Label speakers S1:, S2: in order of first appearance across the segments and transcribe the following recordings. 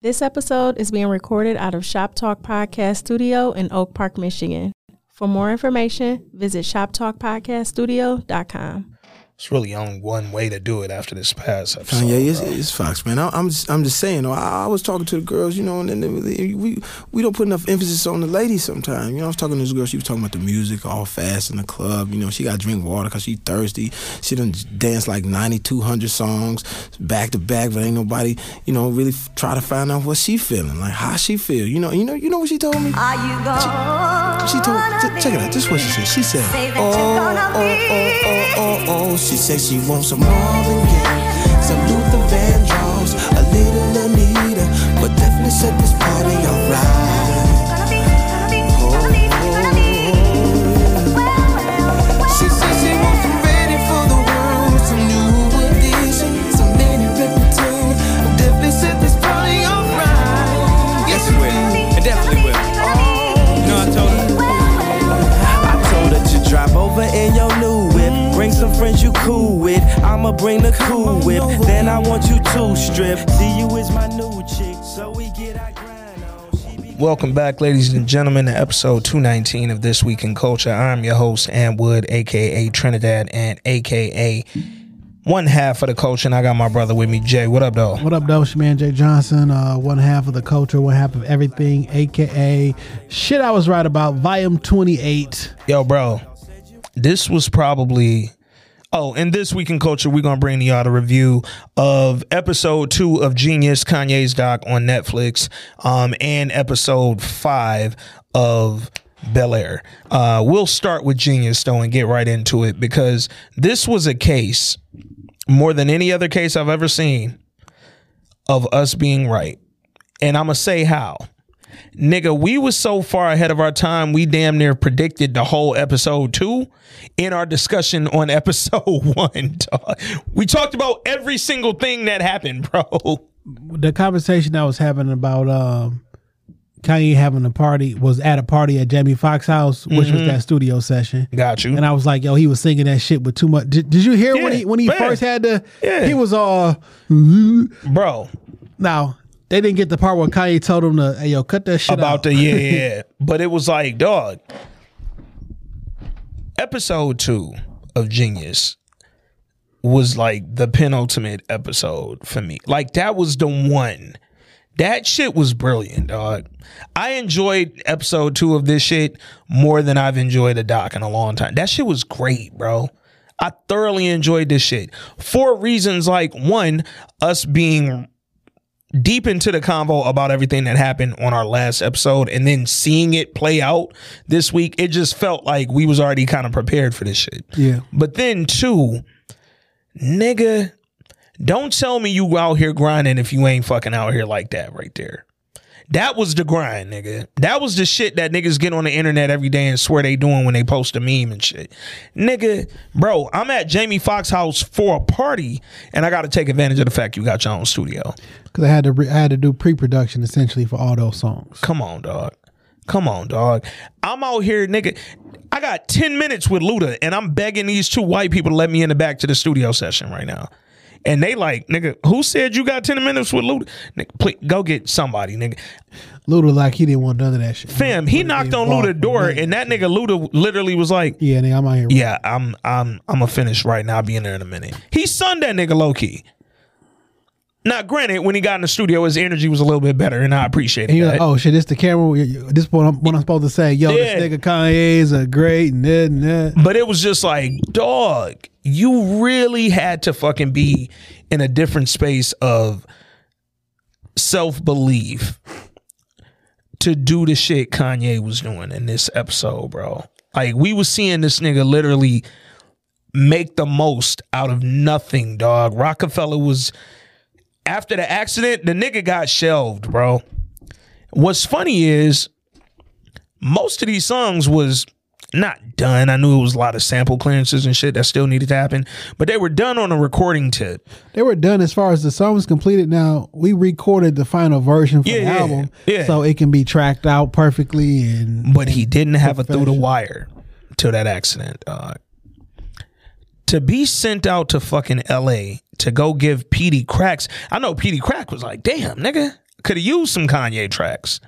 S1: This episode is being recorded out of Shop Talk Podcast Studio in Oak Park, Michigan. For more information, visit shoptalkpodcaststudio.com.
S2: It's really only one way to do it after this past episode.
S3: Kanye, Uh, it's,
S2: bro.
S3: it's Fox, man. I, I'm just, I'm just saying. though, I, I was talking to the girls, you know, and, then they- we we don't put enough emphasis on the ladies sometimes. You know, I was talking to this girl. She was talking about the music, all fast in the club. You know, she got to drink water because she thirsty. She done danced like 9,200 songs back to back, but ain't nobody, you know, really f- try to find out what she feeling, like how she feel. You know, you know, you know what she told me.
S4: Are you gonna
S3: She told, j- check it out. This is what she said. She said,
S4: Say that
S3: Oh,
S4: you're gonna
S3: oh, oh, oh, oh, oh. She said she wants some Marvin Gaye, some Luther Vandross, a little Anita, but definitely set this party alright.
S4: Gonna be, gonna be, gonna be, gonna be. Well, well, well.
S3: She said she wants some Ready for the World, some New Edition, some Lady Reptile, definitely set this party alright.
S5: Yes, it will. It definitely will. You know, I told her.
S6: I told her to drive over in your new whip. Bring some friends you cool with. I'ma bring the cool whip. Then I want you to strip. See you is my new chick. So we get our grind on. She be
S2: Welcome back, ladies and gentlemen, to episode 219 of This Week in Culture. I'm your host, Ann Wood, aka Trinidad, and aka one half of the culture. And I got my brother with me, Jay. What up, though?
S7: What up, though? It's your man Jay Johnson, uh, one half of the culture, one half of everything, aka shit I was right about, volume 28.
S2: Yo, bro, this was probably. Oh, and this week in culture, we're gonna bring y'all the review of episode two of Genius Kanye's doc on Netflix, um, and episode five of Bel Air. Uh, we'll start with Genius though and get right into it because this was a case more than any other case I've ever seen of us being right, and I'm gonna say how. Nigga, we was so far ahead of our time, we damn near predicted the whole episode two in our discussion on episode one. dog. We talked about every single thing that happened, bro.
S7: The conversation I was having about um, Kanye having a party was at a party at Jamie Foxx house, which
S2: Mm-hmm.
S7: was that studio session.
S2: Got you.
S7: And I was like, yo, he was singing that shit with too much. Did, did you hear when
S2: Yeah,
S7: he when he
S2: yeah,
S7: first had the?
S2: yeah.
S7: He was all.
S2: bro,
S7: Now they didn't get the part where Kanye told him to, hey yo, cut that shit
S2: about
S7: out.
S2: the yeah, yeah, yeah. But it was like, dog, episode two of Genius was like the penultimate episode for me. Like that was the one. That shit was brilliant, dog. I enjoyed episode two of this shit more than I've enjoyed a doc in a long time. That shit was great, bro. I thoroughly enjoyed this shit for reasons like one, us being deep into the convo about everything that happened on our last episode and then seeing it play out this week it just felt like we was already kind of prepared for this shit
S7: Yeah.
S2: but then two nigga don't tell me you out here grinding if you ain't fucking out here like that right there that was the grind, nigga. That was the shit that niggas get on the internet every day and swear they doing when they post a meme and shit. Nigga, bro, I'm at Jamie Foxx house for a party and I gotta take advantage of the fact you got your own studio.
S7: Because I had to re- I had to do pre production essentially for all those songs.
S2: Come on, dog. Come on, dog. I'm out here, nigga. I got 10 minutes with Luda, and I'm begging these two white people to let me in the back to the studio session right now. And they like, nigga, who said you got 10 minutes with Luda? Nigga, please, go get somebody, nigga.
S7: Luda like he didn't want none of that shit.
S2: Fam, he knocked on Luda's door,
S7: Yeah.
S2: and that nigga Luda literally was like,
S7: Yeah, nigga, I'm out here.
S2: yeah, I'm I'm I'm gonna finish right now. I'll be in there in a minute. He sunned that nigga low key. Now, granted, when he got in the studio, his energy was a little bit better, and I appreciate it.
S7: And you're like, oh shit, this the camera. You- you- This what I'm, what I'm supposed to say. Yo,
S2: Yeah.
S7: this nigga Kanye is a great and that and that.
S2: But it was just like, dog, you really had to fucking be in a different space of self belief to do the shit Kanye was doing in this episode, bro. Like, we was seeing this nigga literally make the most out of nothing, dog. Rockefeller was, after the accident, the nigga got shelved, bro. What's funny is, most of these songs was not done. I knew it was a lot of sample clearances and shit that still needed to happen, but they were done on a recording tip.
S7: They were done as far as the song was completed. Now we recorded the final version for
S2: Yeah,
S7: the
S2: yeah,
S7: album,
S2: yeah.
S7: so it can be tracked out perfectly. And
S2: But he didn't have a through the
S7: Perfection.
S2: wire till that accident. Uh, to be sent out to fucking LA to go give Petey cracks. I know Petey Crack was like, damn, nigga, could have used some Kanye tracks.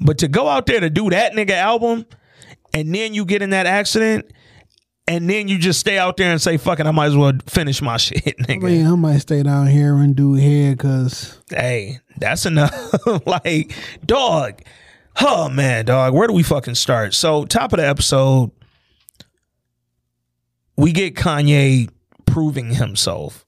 S2: But to go out there to do that nigga album and then you get in that accident and then you just stay out there and say, fuck it, I might as well finish my shit, nigga.
S7: I mean, I might stay down here and do hair because
S2: hey, that's enough. like, dog. Oh man, dog. Where do we fucking start? So, top of the episode, we get Kanye proving himself,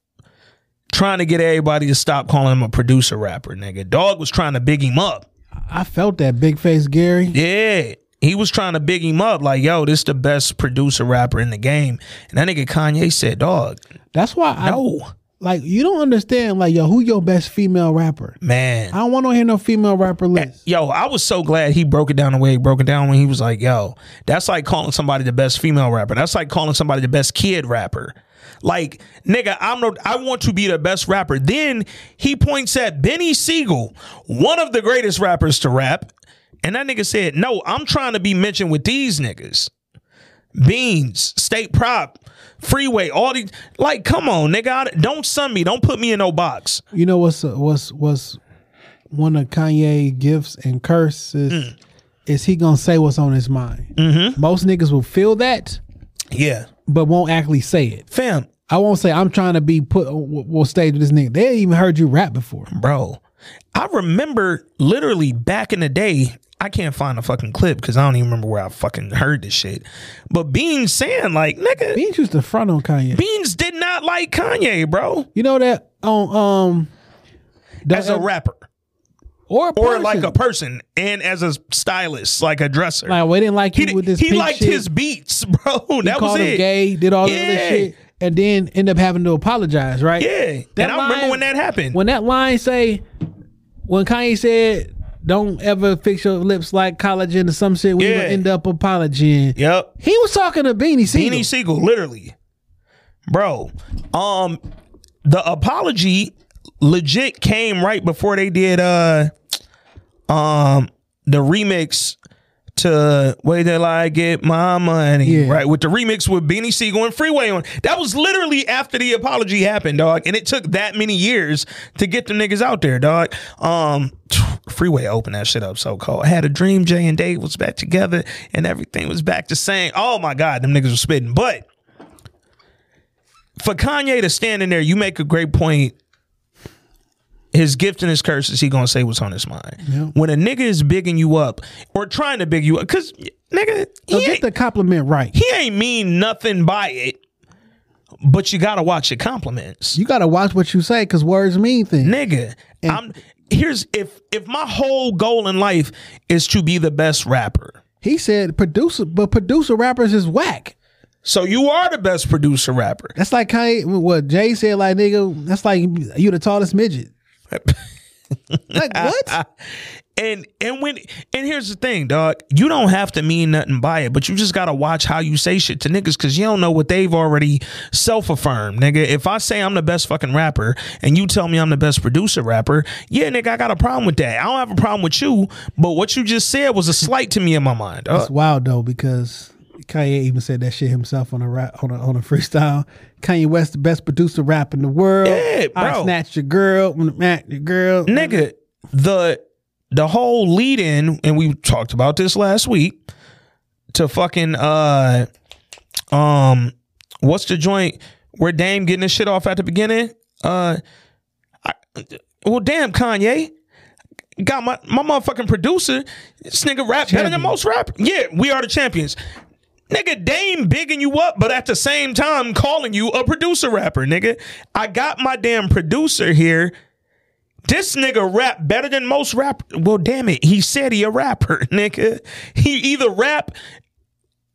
S2: trying to get everybody to stop calling him a producer rapper, nigga. Dog was trying to big him up.
S7: I felt that big face Gary.
S2: Yeah. He was trying to big him up, like, yo, this the best producer rapper in the game. And that nigga Kanye said, dog,
S7: That's why I
S2: no.
S7: like you don't understand. Like yo, who your best female rapper?
S2: Man.
S7: I don't want to hear no female rapper list.
S2: Yo, I was so glad he broke it down the way he broke it down when he was like, yo, that's like calling somebody the best female rapper. That's like calling somebody the best kid rapper. Like, nigga, I'm no, I want to be the best rapper. Then he points at Benny Siegel, one of the greatest rappers to rap. And that nigga said, no, I'm trying to be mentioned with these niggas. Beans, State Prop, Freeway, all these. Like, come on, nigga. I- don't sun me. Don't put me in no box.
S7: You know what's what's what's one of Kanye gifts and curses
S2: Hmm.
S7: is he gonna say what's on his mind.
S2: Mm-hmm.
S7: Most niggas will feel that,
S2: Yeah.
S7: but won't actually say it.
S2: Fam,
S7: I won't say I'm trying to be put on will stage with this nigga. They ain't even heard you rap before.
S2: bro. I remember literally back in the day. I can't find a fucking clip because I don't even remember where I fucking heard this shit. But Beans saying like, nigga,
S7: Beans used to front on Kanye.
S2: Beans did not like Kanye, bro,
S7: You know that on um the-
S2: as a rapper
S7: or a
S2: or
S7: person.
S2: like a person and as a stylist, like a dresser.
S7: like we didn't like
S2: he
S7: you with this.
S2: he
S7: pink
S2: liked
S7: shit.
S2: his beats, bro.
S7: He
S2: that was
S7: called him
S2: it.
S7: gay, did all the
S2: Yeah.
S7: other shit, and then end up having to apologize, right?
S2: Yeah,
S7: That
S2: and I remember
S7: line-
S2: when that happened.
S7: When that line say, when Kanye said, "Don't ever fix your lips like collagen or some shit," we
S2: Yeah.
S7: gonna end up apologizing.
S2: yep,
S7: He was talking to Beanie Siegel.
S2: Beanie Siegel, literally, bro. Um, the apology legit came right before they did uh, um, the remix to "Wait Till I Get My Money,"
S7: Yeah.
S2: right? With the remix with Beanie Siegel and Freeway on. That was literally after the apology happened, dog. And it took that many years to get the niggas out there, dog. Um. Freeway opened that shit up so cold. I had a dream Jay and Dave was back together and everything was back to same. Oh my God, them niggas were spitting. But for Kanye to stand in there, you make a great point. His gift and his curse is he gonna say what's on his mind. When a nigga is bigging you up or trying to big you up, cause nigga, he,
S7: So
S2: ain't,
S7: get the compliment right.
S2: he ain't mean nothing by it. But you gotta watch your compliments
S7: You gotta watch what you say because words mean things.
S2: nigga. I'm here's if if my whole goal in life is to be the best rapper.
S7: He said producer, but producer rappers is whack.
S2: So you are the best producer rapper.
S7: That's like Kanye. What Jay said, like nigga, that's like you the tallest midget. like what?
S2: And and when and here's the thing, dog. You don't have to mean nothing by it, but you just gotta watch how you say shit to niggas because you don't know what they've already self affirmed, nigga. If I say I'm the best fucking rapper and you tell me I'm the best producer rapper, yeah, nigga, I got a problem with that. I don't have a problem with you, but what you just said was a slight to me in my mind. dog.
S7: It's wild though because Kanye even said that shit himself on a rap, on a on a freestyle. Kanye West, the best producer rap in the world.
S2: Yeah, bro.
S7: I snatched your girl, man, your girl.
S2: nigga, the the whole lead in, and we talked about this last week, to fucking uh um what's the joint where Dame getting this shit off at the beginning? Uh I, well damn Kanye. Got my my motherfucking producer. This nigga rap better than
S7: Champion.
S2: most rappers. Yeah, we are the champions. Nigga, Dame bigging you up, but at the same time calling you a producer rapper, nigga. I got my damn producer here. This nigga rap better than most rap. Well, damn it, he said he a rapper, nigga. He either rap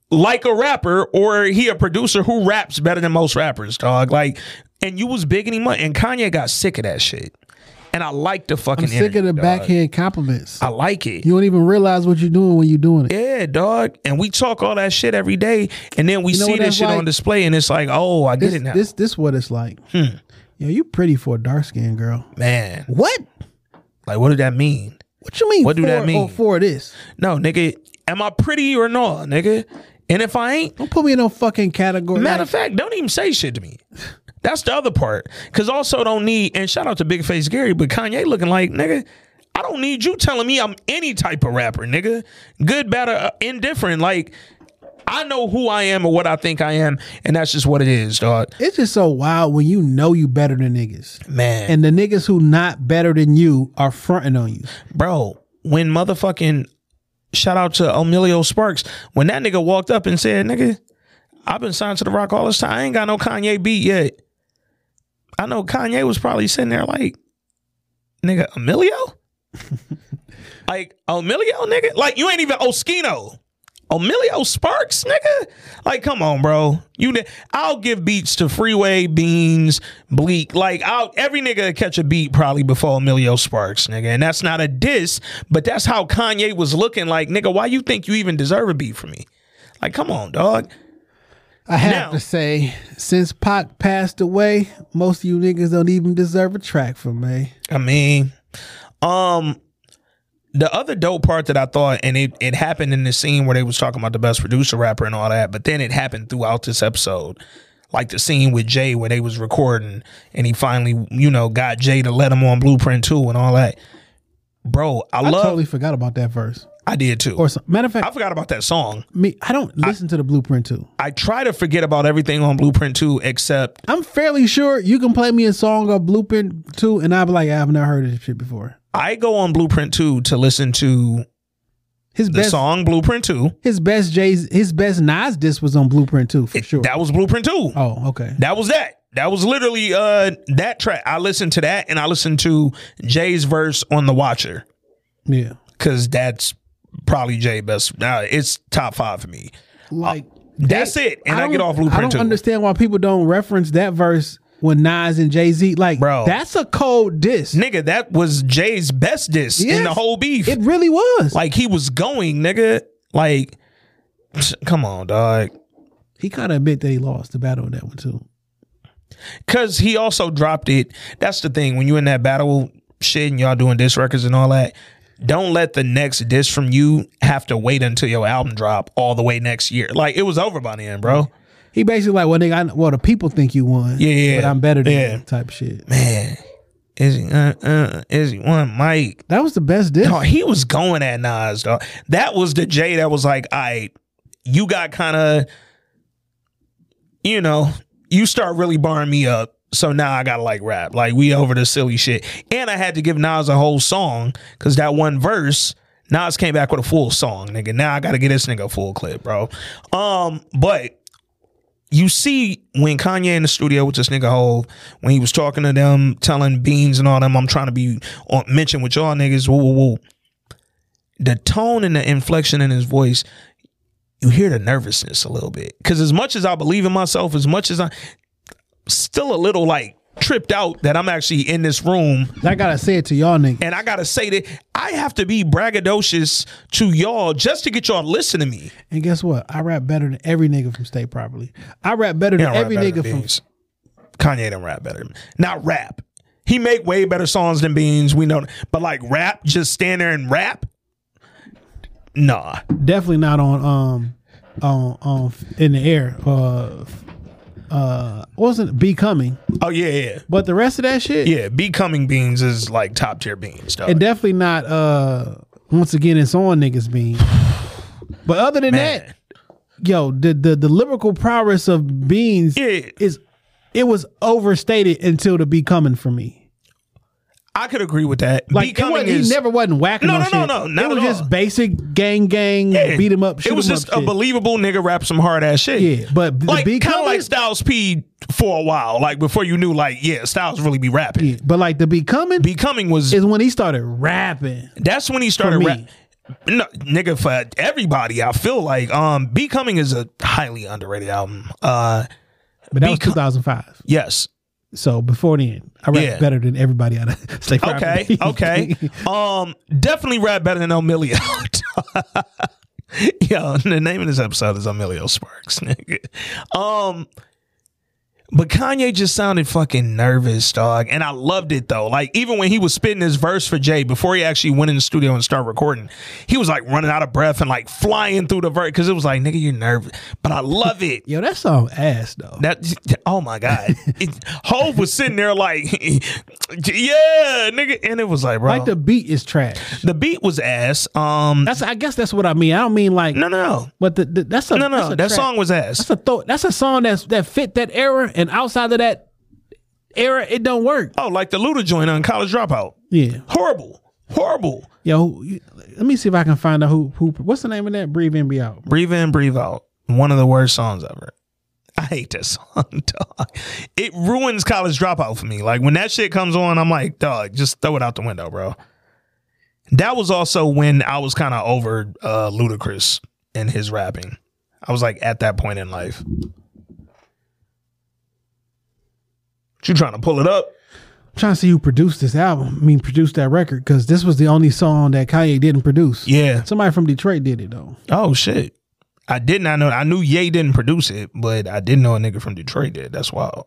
S2: like a rapper or he a producer who raps better than most rappers, dog. Like, and you was bigging him up, and Kanye got sick of that shit. And I like the fucking.
S7: I'm sick of
S2: energy,
S7: the
S2: dog.
S7: backhand compliments.
S2: I like it.
S7: you don't even realize what you're doing when you're doing it.
S2: Yeah, dog. And we talk all that shit every day, and then we
S7: know
S2: see
S7: what
S2: this
S7: that's
S2: shit on
S7: like?
S2: display, and it's like, oh, I get
S7: This
S2: it now, Hmm.
S7: this this what it's like. Yo, you pretty for a dark skinned girl.
S2: man.
S7: What?
S2: Like, what did that mean?
S7: What you mean?
S2: What do
S7: for,
S2: that mean?
S7: Or for this?
S2: No, nigga, am I pretty or not, nigga? And if I ain't,
S7: Don't put me in no fucking category.
S2: Matter
S7: Like,
S2: of fact, don't even say shit to me. That's the other part. Cause also don't need and shout out to Big Face Gary, but Kanye looking like nigga. I don't need you telling me I'm any type of rapper, nigga. Good, bad, or uh, indifferent. Like I know who I am and what I think I am, and that's just what it is, dog.
S7: It's just so wild when you know you better than niggas.
S2: Man,
S7: And the niggas who not better than you are fronting on you.
S2: bro, when motherfucking shout out to Emilio Sparks, when that nigga walked up and said, nigga, I've been signed to The Rock all this time. I ain't got no Kanye beat yet. I know Kanye was probably sitting there like, nigga, Emilio? like, Emilio, nigga? Like, you ain't even Oskino. Emilio Sparks, nigga? Like, come on, bro. You, ni- I'll give beats to Freeway, Beans, Bleak. Like, I'll every nigga catch a beat probably before Emilio Sparks, nigga. And that's not a diss, but that's how Kanye was looking. Like, nigga, why you think you even deserve a beat from me? Like, come on, dog.
S7: I have
S2: Now-
S7: to say, since Pac passed away, most of you niggas don't even deserve a track from me.
S2: I mean, um, the other dope part that I thought, and it, it happened in the scene where they was talking about the best producer rapper and all that, but then it happened throughout this episode. Like the scene with Jay where they was recording and he finally, you know, got Jay to let him on Blueprint 2 and all that. Bro, I,
S7: I
S2: love
S7: totally forgot about that verse.
S2: I did too.
S7: Or some, matter of fact,
S2: I forgot about that song.
S7: me, I don't listen to the blueprint too.
S2: I try to forget about everything on Blueprint 2 except
S7: I'm fairly sure you can play me a song of blueprint too, and I'll be like, I've never heard of this shit before.
S2: I go on Blueprint 2 to listen to
S7: His
S2: the
S7: best
S2: song Blueprint 2.
S7: his best Jay's his best Nas disc was on blueprint too, for sure.
S2: That was Blueprint 2.
S7: oh, okay.
S2: That was that. That was literally uh that track. I listened to that and I listened to Jay's verse on The Watcher
S7: Yeah.
S2: because that's probably Jay best. Nah, it's top five for me.
S7: Like
S2: Oh, That's it. And I,
S7: don't-
S2: get off
S7: I
S2: Blueprint
S7: don't
S2: too.
S7: understand why people don't reference that verse with Nas and Jay Z. Like,
S2: Bro.
S7: that's a cold disc.
S2: Nigga, that was Jay's best diss in the
S7: Yes.
S2: whole beef.
S7: It really was.
S2: like he was going, nigga. Like, come on, dog.
S7: he kind of admit that he lost the battle on that one too.
S2: Cause he also dropped it. That's the thing. When you in that battle shit and y'all doing diss records and all that, don't let the next diss from you have to wait until your album drop all the way next year. Like it was over by then, bro.
S7: He basically like, well, nigga, I, well, the people think you won.
S2: Yeah, yeah,
S7: But I'm better than
S2: yeah.
S7: you type shit.
S2: Man, is he uh uh is he one Mike?
S7: That was the best disc.
S2: Dog, he was going at Nas, dog. That was the J that was like, all right, you got kind of, you know, you start really barring me up. So now I gotta like rap. Like we over the silly shit. And I had to give Nas a whole song because that one verse, Nas came back with a full song, nigga. Now I gotta get this nigga a full clip, bro. Um, but you see when Kanye in the studio with this nigga Hove, when he was talking to them, telling Beans and all them, I'm trying to be on mention with y'all niggas, woo, woo, woo. The tone and the inflection in his voice, you hear the nervousness a little bit. Cause as much as I believe in myself, as much as I still a little like tripped out that I'm actually in this room
S7: I gotta say it to y'all nigga.
S2: and I gotta say that I have to be braggadocious to y'all just to get y'all to listen to me.
S7: And guess what? I rap better than every nigga from State Property. I rap better than
S2: He don't
S7: every
S2: rap better
S7: nigga
S2: than
S7: from
S2: Beans. Kanye don't rap better. than- Not rap. He make way better songs than Beans. We know, but like rap, just stand there and rap. Nah,
S7: definitely not on um on on in the air. Uh uh wasn't becoming.
S2: Oh yeah, yeah,
S7: But the rest of that shit,
S2: yeah. Becoming Beans is like top tier Beans. Dog.
S7: and definitely not uh once again it's on niggas being. But other than
S2: Man.
S7: that, yo, the the the lyrical prowess of beans
S2: Yeah.
S7: is it was overstated until the becoming for me.
S2: I could agree with that.
S7: Like it
S2: becoming
S7: wasn't,
S2: is
S7: he never wasn't whacking.
S2: No,
S7: on
S2: no, no,
S7: shit.
S2: no, not
S7: It was
S2: at all.
S7: just basic gang gang
S2: Yeah.
S7: beat him up. Shoot
S2: It was
S7: 'em
S2: just
S7: up
S2: a
S7: shit.
S2: believable nigga rap some hard ass shit.
S7: Yeah, but the
S2: like
S7: Becoming-
S2: kind of like Styles P for a while. Like before you knew, like yeah, Styles really be rapping.
S7: Yeah, But like the becoming
S2: Becoming was
S7: is when he started rapping.
S2: That's when he started
S7: me.
S2: rap. No, nigga, for everybody, I feel like um, Becoming is a highly underrated album. Uh,
S7: But that was
S2: Become-
S7: 2005.
S2: yes.
S7: So before then, I rap
S2: Yeah.
S7: better than everybody out of State Farm.
S2: Okay. Okay. um, definitely rap better than Emilio. Yo, the name of this episode is Emilio Sparks, nigga. Um, But Kanye just sounded fucking nervous, dog. And I loved it though. Like even when he was spitting his verse for Jay before he actually went in the studio and started recording, he was like running out of breath and like flying through the verse because it was like, nigga, you're nervous. But I love it.
S7: Yo, that song ass though.
S2: That oh my god, it, Hov was sitting there like, yeah, nigga, and it was like, bro,
S7: like the
S2: the,
S7: beat is trash.
S2: beat was ass. Um,
S7: That's I guess that's what I mean. I don't mean like
S2: no, no, no,
S7: But the, the, that's a
S2: no, no,
S7: that's a
S2: that
S7: track.
S2: song was ass.
S7: That's a thought. That's a song that's that fit that era, and outside of that era, it don't work.
S2: oh, like the Luda joint on College Dropout.
S7: Yeah,
S2: Horrible, horrible.
S7: yo, who- let me see if I can find out who who. What's the name of that? Breathe in, be out.
S2: Breathe in, breathe out. One of the worst songs ever. I hate that song, dog. It ruins college dropout for me. Like when that shit comes on, I'm like, dog, just throw it out the window, bro. That was also when I was kind of over uh, Ludacris and his rapping. I was like at that point in life. You trying to pull it up?
S7: trying to see who produced this album. I mean, produced that record because this was the only song that Kanye didn't produce.
S2: Yeah.
S7: Somebody from Detroit did it though.
S2: Oh shit. I did not know. I knew Ye didn't produce it, but I didn't know a nigga from Detroit did. That's wild.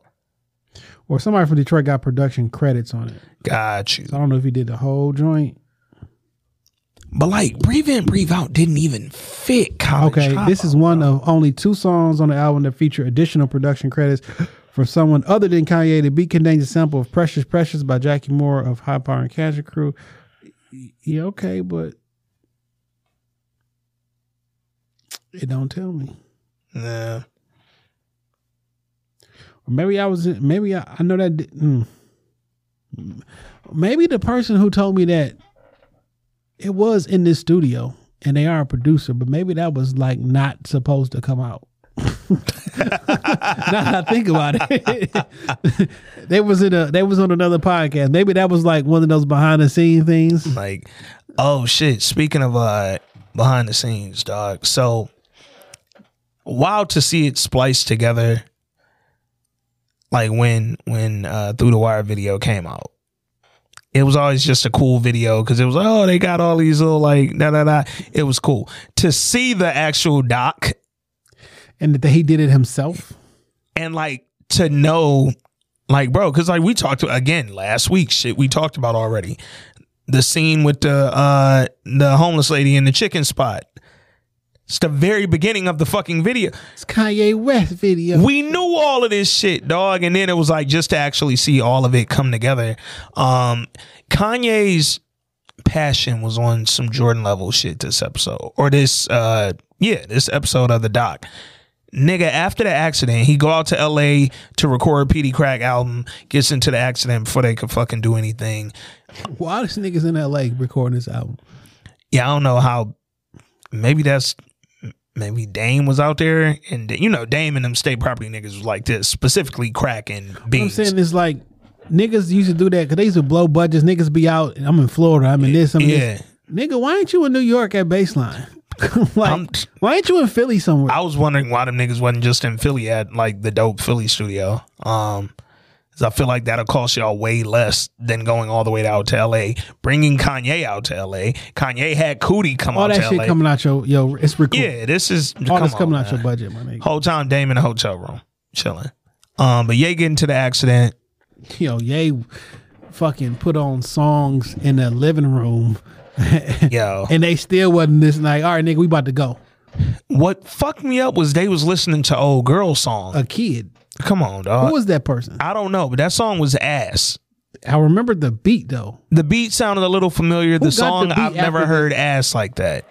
S7: Or somebody from Detroit got production credits on it.
S2: Got you.
S7: So I don't know if he did the whole joint.
S2: But like Breathe In, Breathe Out didn't even fit college.
S7: Okay, this is one of only two songs on the album that feature additional production credits from someone other than Kanye. The beat contains a sample of Precious Precious by Jackie Moore of High Power and Casual Crew. Yeah, okay, but it don't tell me.
S2: Yeah.
S7: Or maybe I was in, maybe I, I know that di- mm. maybe the person who told me that it was in this studio and they are a producer, but maybe that was like not supposed to come out. now that I think about it, they was in a they was on another podcast. Maybe that was like one of those behind the scene things.
S2: Like, oh shit. Speaking of uh behind the scenes, dog. So wild to see it spliced together. Like when when uh Through the Wire video came out. It was always just a cool video because it was oh they got all these little like da da da. It was cool to see the actual doc
S7: And that he did it himself.
S2: and like to know like bro because like we talked again last week shit we talked about already the scene with the uh the homeless lady in the chicken spot it's the very beginning of the fucking video
S7: It's Kanye West video.
S2: we knew all of this shit, dog, and then it was like just to actually see all of it come together. Um, Kanye's passion was on some Jordan level shit this episode or this uh yeah, this episode of the doc. Nigga, after the accident, he go out to LA to record PD Crack album, gets into the accident before they could fucking do anything.
S7: Why these niggas in LA recording this album?
S2: yeah, I don't know how. Maybe that's maybe Dame was out there, and you know Dame and them state property niggas was like this, specifically crack and
S7: I'm
S2: beans.
S7: saying is like niggas used to do that because they used to blow budgets. Niggas be out. and I'm in Florida. I'm in this. I'm in this. Nigga, why ain't you in New York at baseline? like,
S2: I'm-
S7: why ain't you in Philly somewhere?
S2: I was wondering why them niggas wasn't just in Philly at like the dope Philly studio. Um, 'cause I feel like that'll cost y'all way less than going all the way out to LA, bringing Kanye out to LA. Kanye had Cootie come
S7: All
S2: out
S7: that
S2: to
S7: shit
S2: LA.
S7: coming out your yo. It's recorded.
S2: yeah, this is
S7: All
S2: come
S7: this
S2: on,
S7: coming out
S2: man.
S7: your budget, my nigga.
S2: Whole time Dame in a hotel room chilling. Um, but yeah, get into the accident.
S7: Yo, yay, fucking put on songs in the living room,
S2: Yo,
S7: and they still wasn't this like, all right, nigga, we about to go.
S2: What fucked me up was they was listening to old girl song.
S7: A kid.
S2: Come on,
S7: Uh, Who
S2: dog.
S7: was that person?
S2: I don't know, but that song was ass.
S7: I remember the beat though.
S2: The beat sounded a little familiar. The
S7: got the
S2: song
S7: beat
S2: I've never
S7: after the-
S2: heard ass like that.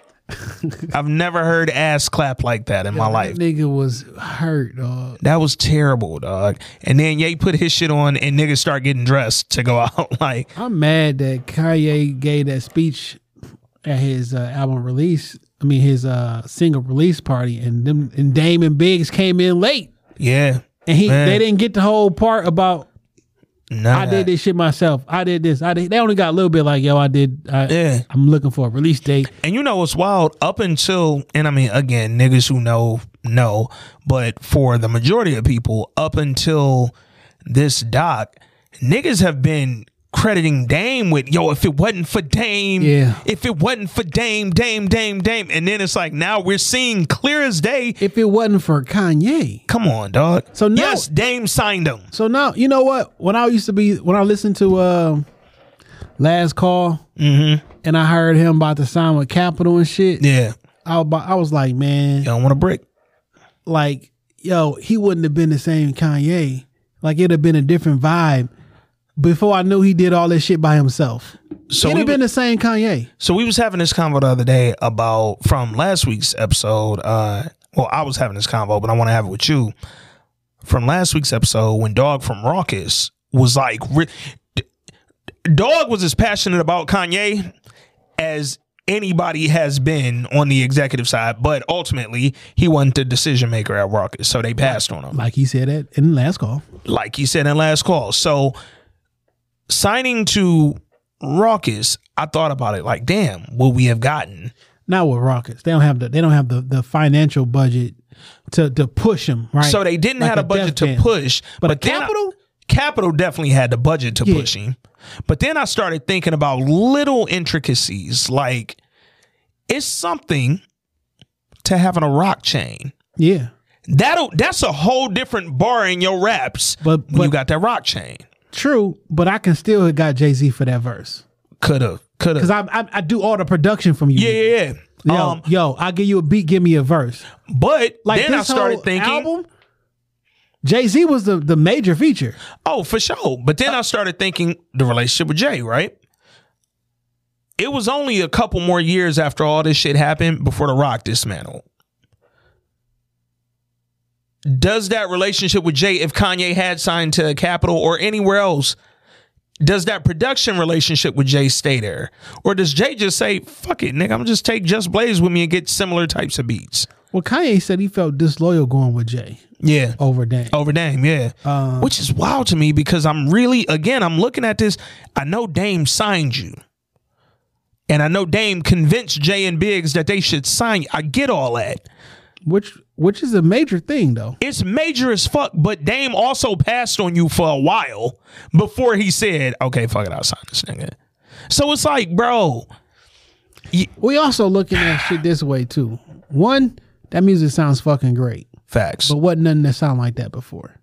S2: I've never heard ass clap like that in my life.
S7: That nigga was hurt, dog.
S2: That was terrible, dog. And then Ye put his shit on and niggas start getting dressed to go out. like,
S7: I'm mad that Kanye gave that speech at his uh, album release. I mean, his uh, single release party, and them and Dame and Biggs came in late,
S2: yeah.
S7: and he
S2: Man.
S7: they didn't get the whole part about
S2: Nah.
S7: I did this shit myself. I did this. I did. They only got a little bit like yo, I did. I,
S2: Yeah.
S7: I'm looking for a release date.
S2: And you know what's wild? Up until, and I mean, again, niggas who know, know, but for the majority of people, up until this doc, niggas have been crediting Dame with yo, if it wasn't for Dame,
S7: Yeah.
S2: if it wasn't for Dame, Dame, Dame, Dame, and then it's like now we're seeing clear as day.
S7: If it wasn't for Kanye.
S2: Come on, dog.
S7: So now-
S2: yes, Dame signed him.
S7: So now you know what? When I used to be when I listened to um Last Call and I heard him about to sign with Capital and shit,
S2: Yeah,
S7: I, wa- I was like, man,
S2: you don't want a brick.
S7: like, yo, he wouldn't have been the same Kanye. Like it'd have been a different vibe before I knew he did all this shit by himself.
S2: So
S7: it'd
S2: we
S7: have been the same Kanye.
S2: So we was having this convo the other day about from last week's episode. Uh, well, I was having this convo, but I want to have it with you from last week's episode when Dog from Raucus was like, re- D- Dog was as passionate about Kanye as anybody has been on the executive side, but ultimately he wasn't the decision maker at Raucus, so they passed on him
S7: Like he said that in the last call.
S2: like he said in last call. So signing to Raucus, I thought about it like, damn, would we have gotten?
S7: Not with Rockets. They don't have the they don't have the, the financial budget to to push him, right?
S2: So they didn't
S7: Like
S2: have a
S7: Def
S2: budget to
S7: Jam.
S2: push,
S7: But a
S2: then I-
S7: Capital?
S2: Capital definitely had the budget to
S7: Yeah.
S2: push him. But then I started thinking about little intricacies. Like, it's something to having a rock chain.
S7: Yeah.
S2: That'll that's a whole different bar in your raps
S7: But-
S2: when you
S7: but-
S2: got that rock chain.
S7: True, but I can still have got Jay Z for that verse
S2: Could have, could
S7: because
S2: have.
S7: I, I I do all the production from you.
S2: Yeah, yeah,
S7: Yo,
S2: yeah. Um,
S7: yo, I give you a beat, give me a verse.
S2: but
S7: Like
S2: then I
S7: this
S2: started
S7: whole
S2: thinking,
S7: album. Jay Z was the the major feature.
S2: Oh, for sure. But then I started thinking the relationship with Jay, right? It was only a couple more years after all this shit happened before The Rock dismantled. Does that relationship with Jay, if Kanye had signed to Capitol or anywhere else, does that production relationship with Jay stay there? Or does Jay just say, fuck it, nigga, I'm just take Just Blaze with me and get similar types of beats?
S7: Well, Kanye said he felt disloyal going with Jay
S2: Yeah.
S7: over Dan.
S2: Over Dame, yeah. Which is wild to me because I'm really, again, I'm looking at this. I know Dame signed you. And I know Dame convinced Jay and Biggs that they should sign you. I get all that.
S7: which which is a major thing though.
S2: It's major as fuck, but Dame also passed on you for a while before he said, okay, fuck it, I'll sign this nigga. So it's like, bro,
S7: We also looking at shit this way too. One, that music sounds fucking great,
S2: facts.
S7: but wasn't nothing that sound like that before.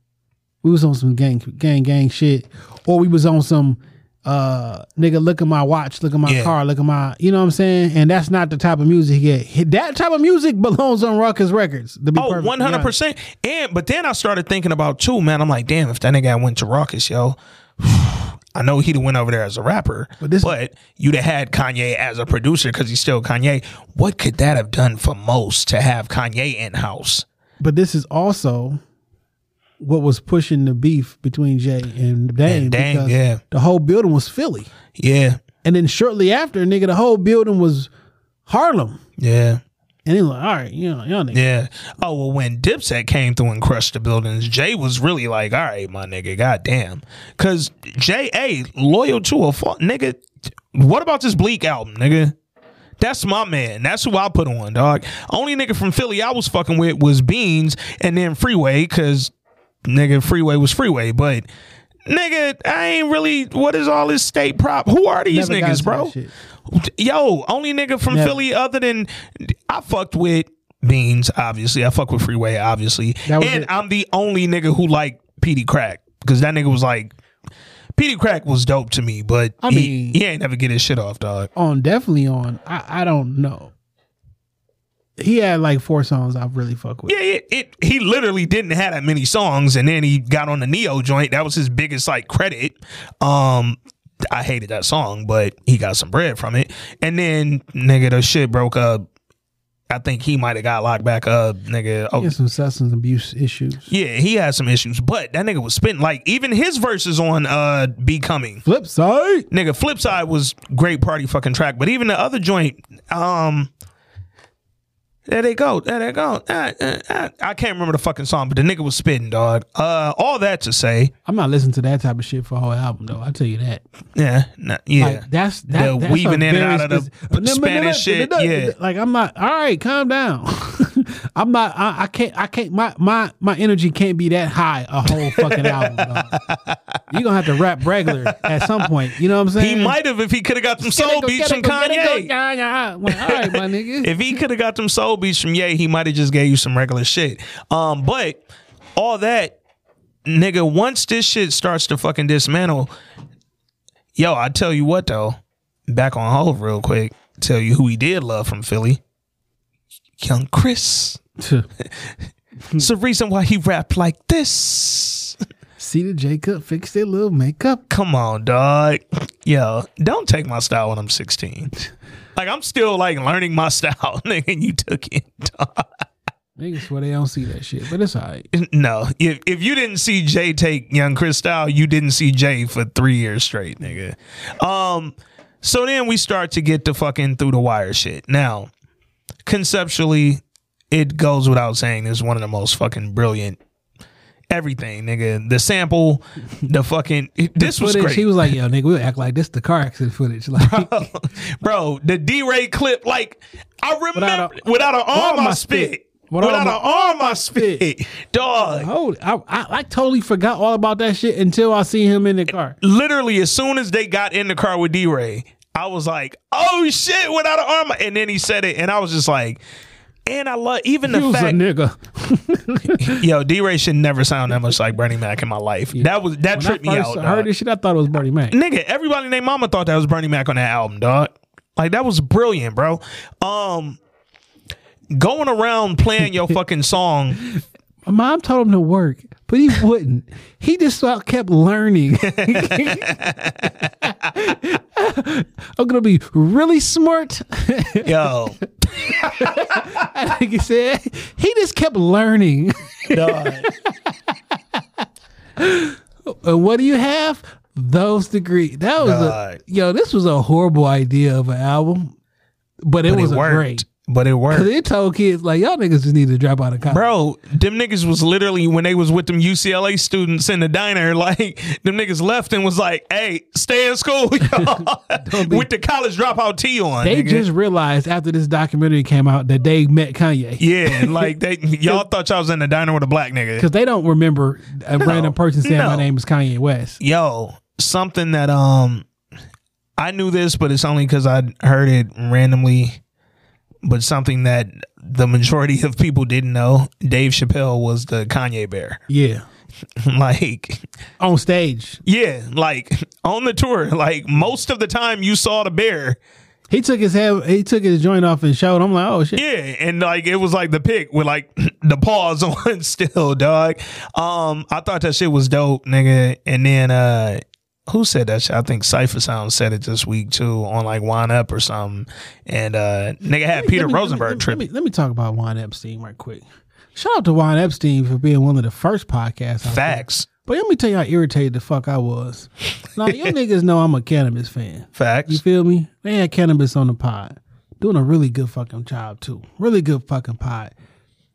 S7: We was on some gang gang gang shit, or we was on some uh nigga look at my watch, look at my
S2: Yeah.
S7: car, look at my you know what I'm saying. And that's not the type of music he get. That type of music belongs on Ruckus Records. To be
S2: Oh,
S7: perfectly
S2: one hundred
S7: honest.
S2: percent. And but then I started thinking about too, man. I'm like, damn, if that nigga had went to Raucus, yo, I know he'd have went over there as a rapper, but,
S7: But this-
S2: you'd have had Kanye as a producer because he's still Kanye. What could that have done for most to have Kanye in house?
S7: But this is also what was pushing the beef between Jay and Dame.
S2: And Dame,
S7: because
S2: yeah.
S7: The whole building was Philly.
S2: Yeah,
S7: And then shortly after, nigga, the whole building was Harlem.
S2: yeah,
S7: And they like, all right, you know, y'all niggas.
S2: yeah. Oh well, when Dipset came through and crushed the buildings, Jay was really like, all right, my nigga, goddamn, because Jay a loyal to a fault, nigga. What about this Bleak album, nigga? That's my man. That's who I put on, dog. Only nigga from Philly I was fucking with was Beans and then Freeway, cause nigga Freeway was Freeway. But nigga, I ain't really. What is all this state prop? Who are these
S7: Never got
S2: niggas,
S7: to
S2: bro?
S7: that shit.
S2: Yo, only nigga from
S7: Never.
S2: Philly other than I fucked with Beans, obviously. I fuck with Freeway, obviously. And
S7: That was it.
S2: I'm the only nigga who liked Petey Crack because that nigga was like. Petey Crack was dope to me, but
S7: I
S2: he,
S7: mean-
S2: he ain't never get his shit off, dog.
S7: On definitely on. I, I don't know. He had like four songs I really fuck with.
S2: Yeah, it, it he literally didn't have that many songs, and then he got on the Neo joint. That was his biggest like credit. Um, I hated that song, but he got some bread from it. And then nigga, the shit broke up. I think he might have got locked back up, nigga.
S7: He
S2: Oh,
S7: had some substance abuse issues.
S2: yeah, he had some issues, but that nigga was spitting like even his verses on uh becoming.
S7: Flip side.
S2: Nigga, Flipside was great party fucking track, but even the other joint, um, there they go, there they go. Uh, uh, uh. I can't remember the fucking song, but the nigga was spitting, dog. Uh, all that to say,
S7: I'm not listening to that type of shit for a whole album though. I tell you that.
S2: yeah, nah, yeah,
S7: Like that's that,
S2: The
S7: that's a
S2: weaving in and
S7: very
S2: out of the
S7: specific-
S2: Spanish shit, yeah.
S7: Like I'm not. All right, calm down. I'm I'm not I, I can't I can't my my my energy can't be that high a whole fucking album. dog. You're gonna have to rap regular at some point. You know what I'm saying?
S2: He might have if he could have got them soul beats from Kanye.
S7: Kanye. All right, my nigga.
S2: If he could have got them soul beats from Ye, he might have just gave you some regular shit. Um, but all that, nigga, once this shit starts to fucking dismantle, yo, I tell you what though, back on hold real quick, tell you who he did love from Philly. Young Chris. It's the reason why he rapped like this.
S7: See the Jacob fix their little makeup.
S2: Come on, dog. Yo, don't take my style when I'm 16. Like I'm still like learning my style, nigga. And you took it, dog.
S7: Niggas swear they don't see that shit, but it's all right.
S2: No, if if you didn't see Jay take Young Chris style, you didn't see Jay for three years straight, nigga. Um, so then we start to get the fucking through the wire shit. Now, conceptually, it goes without saying is one of the most fucking brilliant everything, nigga. The sample, the fucking this was
S7: footage,
S2: great.
S7: he was like, "Yo, nigga, we'll act like this the car accident footage." Like,
S2: bro. The D Ray clip, like I remember
S7: Without
S2: without,
S7: a-
S2: an arm, I
S7: I
S2: spit.
S7: spit. Without
S2: Without,
S7: my-
S2: an arm, I spit, dog.
S7: hold, Oh, I, I I totally forgot all about that shit until I see him in the car.
S2: Literally, as soon as they got in the car with D Ray, I was like, "Oh shit!" Without an arm, and then he said it, and I was just like, "And I love even
S7: He
S2: the
S7: was a
S2: fact,
S7: nigga.
S2: yo, D Ray should never sound that much like Bernie Mac in my life. That was that
S7: When I
S2: tripped me out.
S7: first heard
S2: dog.
S7: this shit, I thought it was Bernie Mac.
S2: nigga, everybody named Mama thought that was Bernie Mac on that album, dog. Like that was brilliant, bro. Um, going around playing your fucking song,
S7: My mom told him to work, but he wouldn't. he just about kept learning. I'm gonna be really smart.
S2: yo,
S7: like he said, he just kept learning.
S2: dog.
S7: And what do you have? Those degrees. That was
S2: Right.
S7: a yo. This was a horrible idea of an album, but it
S2: But
S7: was
S2: it
S7: a
S2: worked.
S7: great.
S2: But it
S7: Cause
S2: worked.
S7: it told kids like y'all niggas just need to drop out of college.
S2: Bro, them niggas was literally when they was with them UCLA students in the diner, like them niggas left and was like, "Hey, stay in school, y'all," with the college dropout tee on."
S7: they
S2: nigga.
S7: just realized after this documentary came out that they met Kanye.
S2: yeah, like they y'all thought y'all was in the diner with a black nigga.
S7: Cause they don't remember a random person saying my
S2: no.
S7: name is Kanye West.
S2: yo, something that um I knew this, but it's only because I heard it randomly. But something that the majority of people didn't know, Dave Chappelle was the Kanye bear.
S7: Yeah,
S2: like,
S7: on stage,
S2: yeah, like on the tour, like most of the time you saw the bear.
S7: he took his head, he took his joint off and showed. I'm like, oh shit.
S2: Yeah, and like it was like the pick with like the paws on still, dog. Um, I thought that shit was dope, nigga. And then uh who said that shit? I think Cypher Sound said it this week too on like Wine Up or something. And uh nigga had Peter
S7: Let me-
S2: Rosenberg
S7: Let me, let, me,
S2: tripping.
S7: let me talk about Juan Epstein right quick. Shout out to Juan Epstein for being one of the first podcasts. out there.
S2: Facts.
S7: But let me tell you how irritated the fuck I was. Now, you niggas know I'm a cannabis fan. You
S2: Facts.
S7: feel me? They had cannabis on the pod. Doing a really good fucking job, too. Really good fucking pod.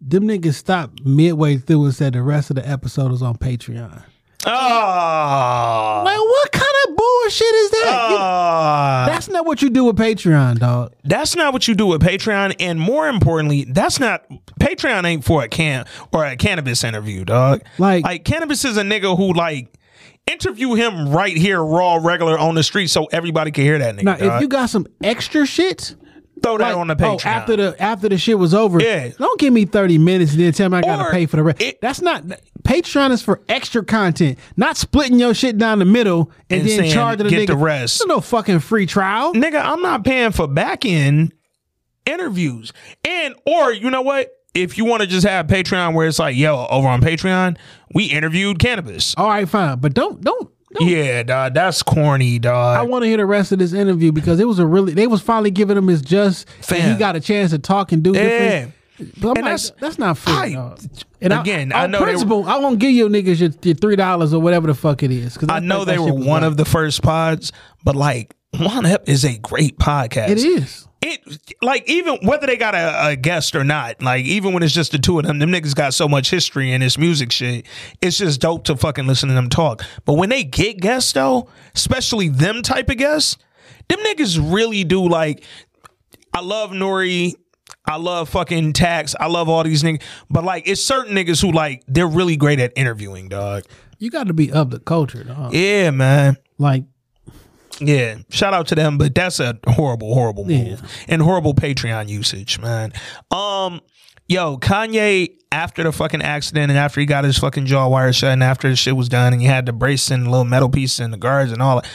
S7: Them niggas stopped midway through and said the rest of the episode is on Patreon.
S2: Ah,
S7: Like, what kind of bullshit is that? You-
S2: ah.
S7: that's not what you do with Patreon, dog.
S2: That's not what you do with Patreon, and more importantly, that's not Patreon ain't for a can or a cannabis interview, dog.
S7: Like-
S2: like cannabis is a nigga who like interview him right here, raw, regular on the street, so everybody can hear that nigga.
S7: Now, if
S2: dog.
S7: you got some extra shit,
S2: throw that
S7: like,
S2: on the Patreon,
S7: Oh, after the after the shit was over.
S2: Yeah.
S7: Don't give me thirty minutes and then tell me I gotta
S2: Or
S7: pay for the rest.
S2: it-
S7: That's not Patreon is for extra content, not splitting your shit down the middle and,
S2: And
S7: then
S2: saying,
S7: charging the
S2: "Get the
S7: nigga."
S2: rest.
S7: There's no fucking free trial.
S2: nigga, I'm not paying for back end interviews, and or you know what? If you want to just have Patreon where it's like, yo, over on Patreon, we interviewed cannabis.
S7: All right, fine, but don't don't. don't
S2: Yeah, dog, that's corny, dog.
S7: I want to hear the rest of this interview because it was a really they was finally giving him his just. And
S2: Fam.
S7: he got a chance to talk and do
S2: yeah.
S7: different. But
S2: And
S7: I'm like, that's,
S2: that's-
S7: not fair.
S2: I-
S7: dog.
S2: again,
S7: on
S2: I know they-
S7: principle, I won't give you niggas your, your three dollars or whatever the fuck it is. 'cause
S2: I know
S7: thought
S2: they
S7: that
S2: were
S7: shit was
S2: one
S7: whack.
S2: of the first pods, but like One Up is a great podcast.
S7: It is.
S2: It like even whether they got a, a guest or not, like even when it's just the two of them, them niggas got so much history in this music shit. It's just dope to fucking listen to them talk. But when they get guests though, especially them type of guests, them niggas really do like. I love Nori. I love fucking tax. I love all these niggas. But like it's certain niggas who like they're really great at interviewing, dog.
S7: You got to be of the culture, dog.
S2: Yeah, man.
S7: Like
S2: Yeah, shout out to them, but that's a horrible, horrible move and horrible Patreon usage, man. Um, yo, Kanye after the fucking accident and after he got his fucking jaw wired shut and after the shit was done and he had the brace and little metal piece and the guards and all that.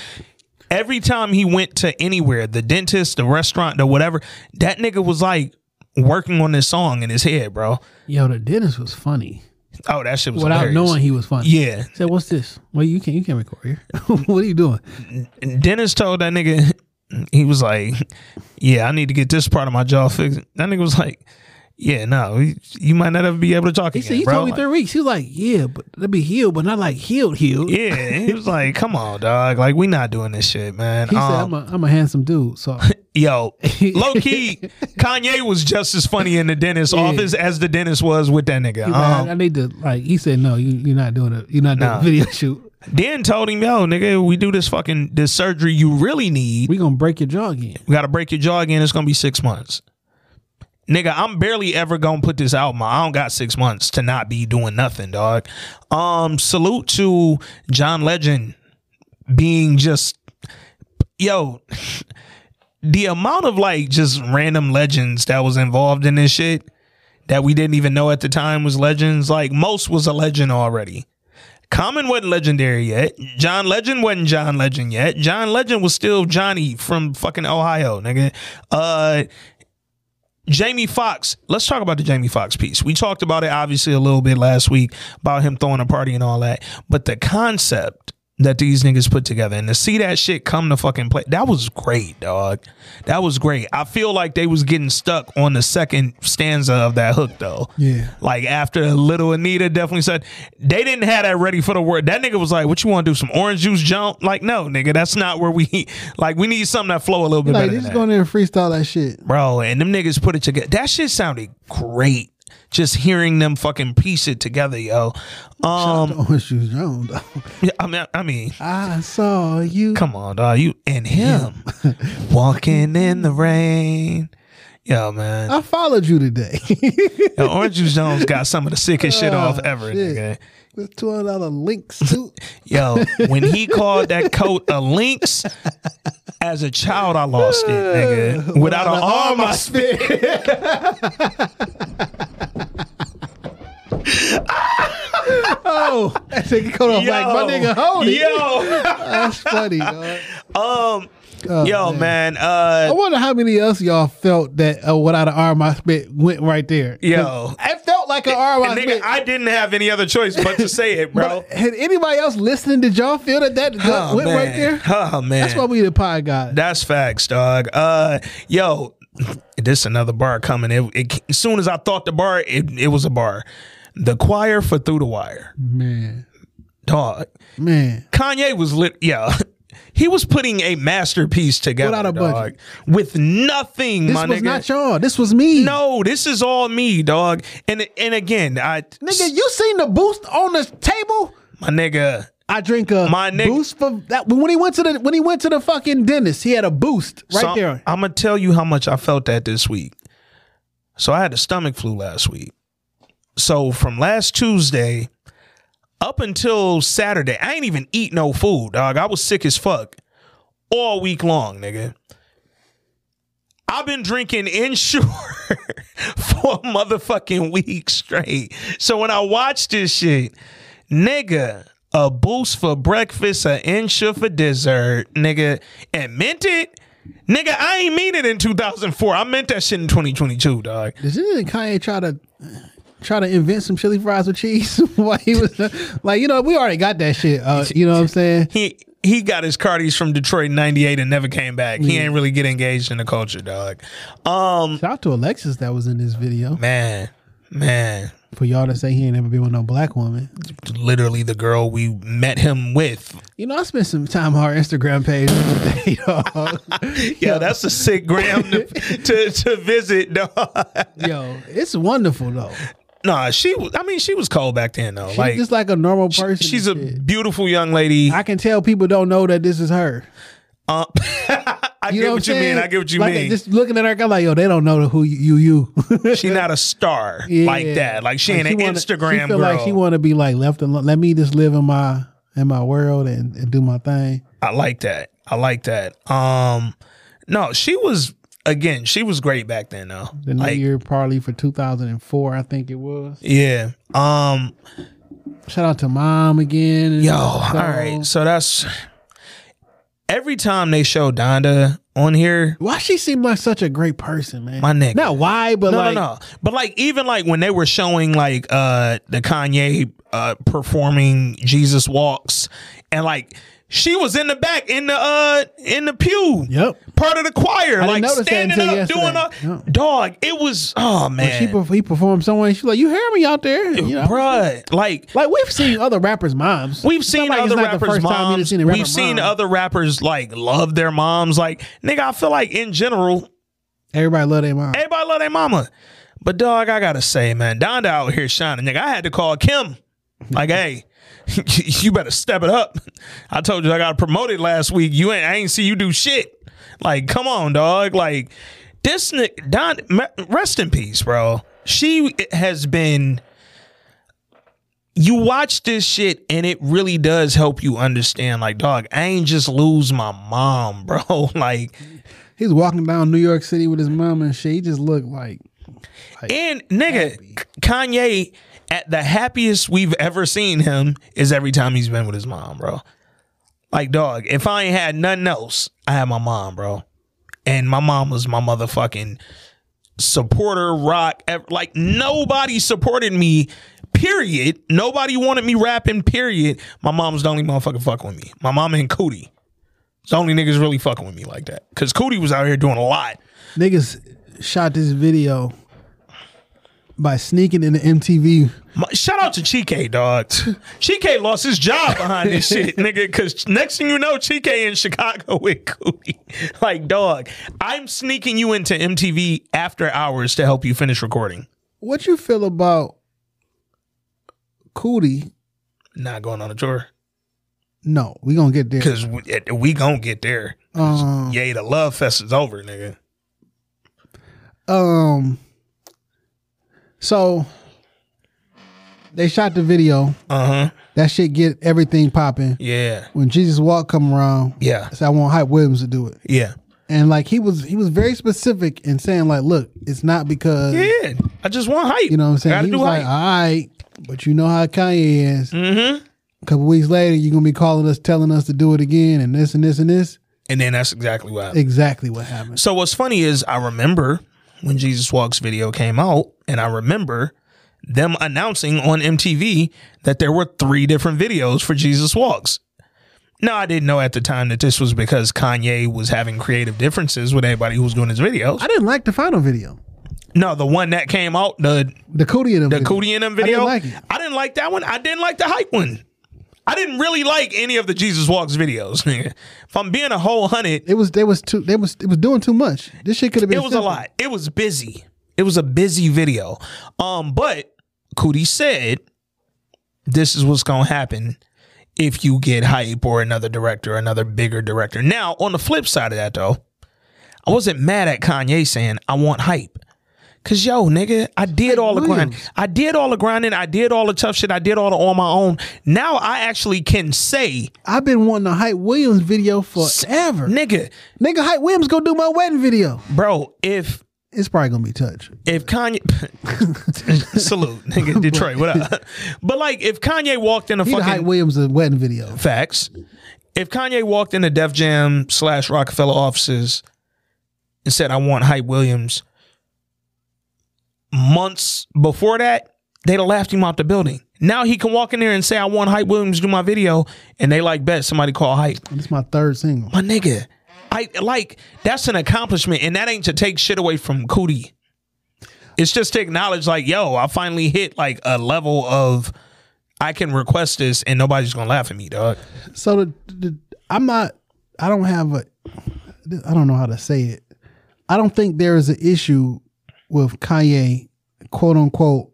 S2: Every time he went to anywhere, the dentist, the restaurant, the whatever, that nigga was like working on this song in his head, bro.
S7: Yo, the dentist was funny
S2: Oh, that shit was
S7: without
S2: hilarious.
S7: knowing he was funny.
S2: Yeah.
S7: He said, "What's this? Well, you can't. You can't record here. what are you doing?
S2: Dennis told that nigga, he was like, "Yeah, I need to get this part of my jaw fixed." That nigga was like, "Yeah, no, you- you might not ever be able to talk
S7: He
S2: again,
S7: said, "You
S2: bro."
S7: told me
S2: Like,
S7: three weeks." He was like, "Yeah, but that'd be healed, but not like healed, healed."
S2: yeah, he was like, "Come on, dog, like we not doing this shit, man."
S7: He said,
S2: Um,
S7: I'm a, "I'm a handsome dude." So
S2: yo, low key, Kanye was just as funny in the dentist office as the dentist was with that nigga.
S7: Man,
S2: Um,
S7: I need to like. He said, "No, you, you're not doing it. You're not doing
S2: Nah.
S7: a video shoot.
S2: then told him, "Yo, nigga, we do this fucking this surgery you really need.
S7: We gonna break your jaw again."
S2: We got to break your jaw again. It's gonna be six months. Nigga, I'm barely ever gonna put this album. out. I don't got six months to not be doing nothing, dog. Um, salute to John Legend being just yo. The amount of like just random legends that was involved in this shit that we didn't even know at the time was legends. Like most was a legend already. Common wasn't legendary yet. John Legend wasn't John Legend yet. John Legend was still Johnny from fucking Ohio, nigga. Uh Jamie Foxx. Let's talk about the Jamie Foxx piece. We talked about it obviously a little bit last week about him throwing a party and all that. But the concept that these niggas put together and to see that shit come to fucking play, that was great, dog. That was great. I feel like they was getting stuck on the second stanza of that hook though.
S7: Yeah.
S2: Like after little Anita definitely said they didn't have that ready for the word. That nigga was like, "What you want to do? Some orange juice jump?" Like, no, nigga, that's not where we like. We need something that flow a little bit
S7: Like
S2: better.
S7: they
S2: than that.
S7: just going there and freestyle that shit.
S2: bro. And them niggas put it together. That shit sounded great. Just hearing them fucking piece it together, yo. Um,
S7: Oh, shoes Jones.
S2: I mean, I mean,
S7: I saw you.
S2: come on, dog. You and him walking in the rain. Yo, man.
S7: I followed you today.
S2: Yo, Orange Juice Jones got some of the sickest shit off ever,
S7: Oh, shit.
S2: nigga.
S7: With two hundred dollar links too.
S2: Yo, when he called that coat a lynx, as a child, I lost it, nigga. Without an arm, I spit.
S7: oh, that nigga cut off like my nigga. Hold it.
S2: Yo,
S7: That's funny. dog.
S2: um,
S7: Oh,
S2: yo, man. Uh,
S7: I wonder how many else y'all felt that uh, without an arm I spit went right there.
S2: Yo.
S7: I felt like an arm I
S2: and nigga,
S7: spit.
S2: I didn't have any other choice but to say it, bro.
S7: But had anybody else listening? Did y'all feel that that
S2: Oh,
S7: went
S2: man.
S7: uh, right there?
S2: Oh man,
S7: That's why we the pod guy.
S2: That's facts, dog. Uh, yo, this another bar coming. It, it as soon as I thought the bar, it, it was a bar. The choir for through the wire,
S7: Man,
S2: dog.
S7: man,
S2: Kanye was lit. Yeah, he was putting a masterpiece together
S7: Without a
S2: dog,
S7: budget.
S2: with nothing.
S7: this
S2: my
S7: was
S2: nigga.
S7: not y'all. This was me.
S2: no, this is all me, dog. And and again, I
S7: nigga, you seen the boost on the table?
S2: my nigga.
S7: I drink a
S2: My nigga-
S7: boost for that when he went to the when he went to the fucking dentist. He had a boost right there.
S2: I'm gonna tell you how much I felt that this week. So I had the stomach flu last week. So from last Tuesday up until Saturday, I ain't even eat no food, dog. I was sick as fuck all week long, nigga. I've been drinking Ensure for a motherfucking week straight. So when I watch this shit, nigga, a boost for breakfast, a Ensure for dessert, nigga, and mint it. Nigga, I ain't mean it in 2004. I meant that shit in 2022, dog.
S7: Does not Kanye try to try to invent some chili fries with cheese? Why he was like, you know, we already got that shit. Uh, you know what I'm saying?
S2: He he got his cardies from Detroit in 98 and never came back. He ain't really get engaged in the culture, dog. Um
S7: Shout out to Alexis that was in this video
S2: man, man,
S7: for y'all to say he ain't ever been with no black woman.
S2: literally the girl we met him with.
S7: You know, I spent some time on our Instagram page today, dog.
S2: Yeah, that's a sick gram to, to to visit, dog.
S7: Yo, it's wonderful though.
S2: Nah, she was I mean, she was cold back then though.
S7: She's
S2: like
S7: just like a normal person.
S2: she's a
S7: and shit.
S2: beautiful young lady.
S7: I can tell people don't know that this is her.
S2: Uh, I get what you
S7: I'm
S2: mean.
S7: saying?
S2: I get what you
S7: Like,
S2: mean.
S7: Just looking at her, I'm like, yo, they don't know who you you.
S2: She not a star
S7: Yeah.
S2: like that. Like she ain't an
S7: wanna-
S2: Instagram
S7: she feel
S2: girl.
S7: Like she want to be like left alone. Let me just live in my in my world and, and do my thing.
S2: I like that. I like that. Um, no, she was again. She was great back then, though.
S7: The New
S2: Like,
S7: Year party for 2004, I think it was.
S2: yeah. Um,
S7: Shout out to mom again. and
S2: Yo, all
S7: so-
S2: right. So that's every time they show Donda on here.
S7: Why she seem like such a great person, man?
S2: My nigga.
S7: Not why, but
S2: No,
S7: like,
S2: no, no. But like, even like when they were showing like uh the Kanye uh performing Jesus walks, and like she was in the back in the uh in the pew.
S7: Yep.
S2: Part of the choir,
S7: didn't
S2: like
S7: notice that
S2: standing
S7: until
S2: up, doing a
S7: yesterday. Yep.
S2: dog. It was oh
S7: When she
S2: man,
S7: perf- he performed somewhere. She's like, you hear me out there, you know?
S2: bruh. Like
S7: Like we've seen other rappers' moms.
S2: We've
S7: It's
S2: seen
S7: not like it's
S2: other
S7: not the
S2: rappers'
S7: first time you done
S2: moms.
S7: seen a
S2: We've
S7: rapper
S2: seen
S7: mom.
S2: other rappers like love their moms. Like nigga, I feel like in general,
S7: Everybody love their mom.
S2: everybody love their mama. But dog, I gotta say, man, Donda out here shining. Nigga, I had to call Kim. Like, hey, you better step it up. I told you I got promoted last week. You ain't. I ain't see you do shit. Like, come on, dog. Like this. ni- Don, rest in peace, bro. She has been you watch this shit and it really does help you understand like dog i ain't just lose my mom bro like
S7: He's walking down New York City with his mom and shit. He just looked like
S2: and nigga kanye at the happiest we've ever seen him is every time he's been with his mom bro like dog if i ain't had nothing else i had my mom bro and my mom was my motherfucking supporter rock ev- like nobody supported me period nobody wanted me rapping period my mom was the only motherfucker fucking with me my mom and cootie it's the only niggas really fucking with me like that because cootie was out here doing a lot
S7: niggas shot this video by sneaking in the MTV.
S2: My, shout out to Chike, dog. Chike lost his job behind this shit, nigga. Because next thing you know, Chike in Chicago with Cootie. Like, dog, I'm sneaking you into MTV after hours to help you finish recording.
S7: What you feel about Cootie?
S2: Not going on a tour
S7: No, we gonna get there.
S2: because we, eh, we gonna get there.
S7: Um,
S2: Yay, the love fest is over, nigga.
S7: um, so they shot the video.
S2: Uh huh.
S7: That shit get everything popping.
S2: Yeah.
S7: When Jesus Walk come around,
S2: Yeah.
S7: so I want Hype Williams to do it.
S2: Yeah.
S7: And like he was, he was very specific in saying like, look, it's not because
S2: Yeah. I just want hype.
S7: You know what I'm saying?
S2: Gotta
S7: He
S2: do
S7: was like,
S2: hype.
S7: all right, but you know how Kanye is. Mm-hmm. A couple weeks later, you're gonna be calling us, telling us to do it again, and this and this and this.
S2: and then that's exactly what happened.
S7: Exactly what happened.
S2: So what's funny is I remember when Jesus Walks video came out, and I remember them announcing on MTV that there were three different videos for Jesus Walks. Now I didn't know at the time that this was because Kanye was having creative differences with everybody who was doing his videos.
S7: I didn't like the final video,
S2: No, the one that came out, the
S7: the Cootie and
S2: the Cootie and them video.
S7: I didn't like it.
S2: I didn't like that one. I didn't like the hype one. I didn't really like any of the Jesus Walks videos, nigga. If I'm being a whole hundred,
S7: It was they was too they was it was doing too much. This shit could have been.
S2: it was a
S7: simple.
S2: lot. It was busy. It was a busy video. Um, but Cootie said, "This is what's gonna happen if you get hype or another director, another bigger director." Now, on the flip side of that, though, I wasn't mad at Kanye saying, "I want hype." Cause yo, nigga, I did all the grind.
S7: Williams.
S2: I did all the grinding. I did all the tough shit. I did all the on my own. Now I actually can say,
S7: I've been wanting a Hype Williams video forever.
S2: nigga,
S7: Nigga, Hype Williams go do my wedding video.
S2: bro, if
S7: It's probably gonna be touch.
S2: if Kanye salute nigga Detroit, what up? But like if Kanye walked in a
S7: He the Hype
S2: fucking
S7: Williams a wedding video.
S2: facts, if Kanye walked into Def Jam slash Rockefeller offices and said, "I want Hype Williams," months before that, they'd have laughed him out the building. Now he can walk in there and say, "I want Hype Williams to do my video," and they like bet somebody call Hype
S7: It's my third single.
S2: my nigga. I like that's an accomplishment, and that ain't to take shit away from Cootie. It's just to acknowledge, like, yo, I finally hit like a level of I can request this, and nobody's gonna laugh at me, dog.
S7: So the, the I'm not. I don't have a. I don't know how to say it. I don't think there is an issue with Kanye, quote unquote,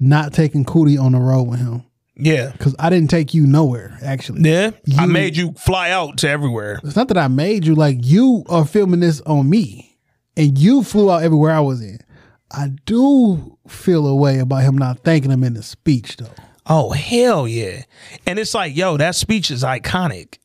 S7: not taking Cootie on the road with him.
S2: Yeah.
S7: because I didn't take you nowhere. Actually,
S2: Yeah. I
S7: You-
S2: made you fly out to everywhere.
S7: it's not that I made you. Like you are filming this on me, and you flew out everywhere I was in. I do feel a way about him not thanking him in the speech though.
S2: Oh, hell yeah. And it's like, yo, that speech is iconic.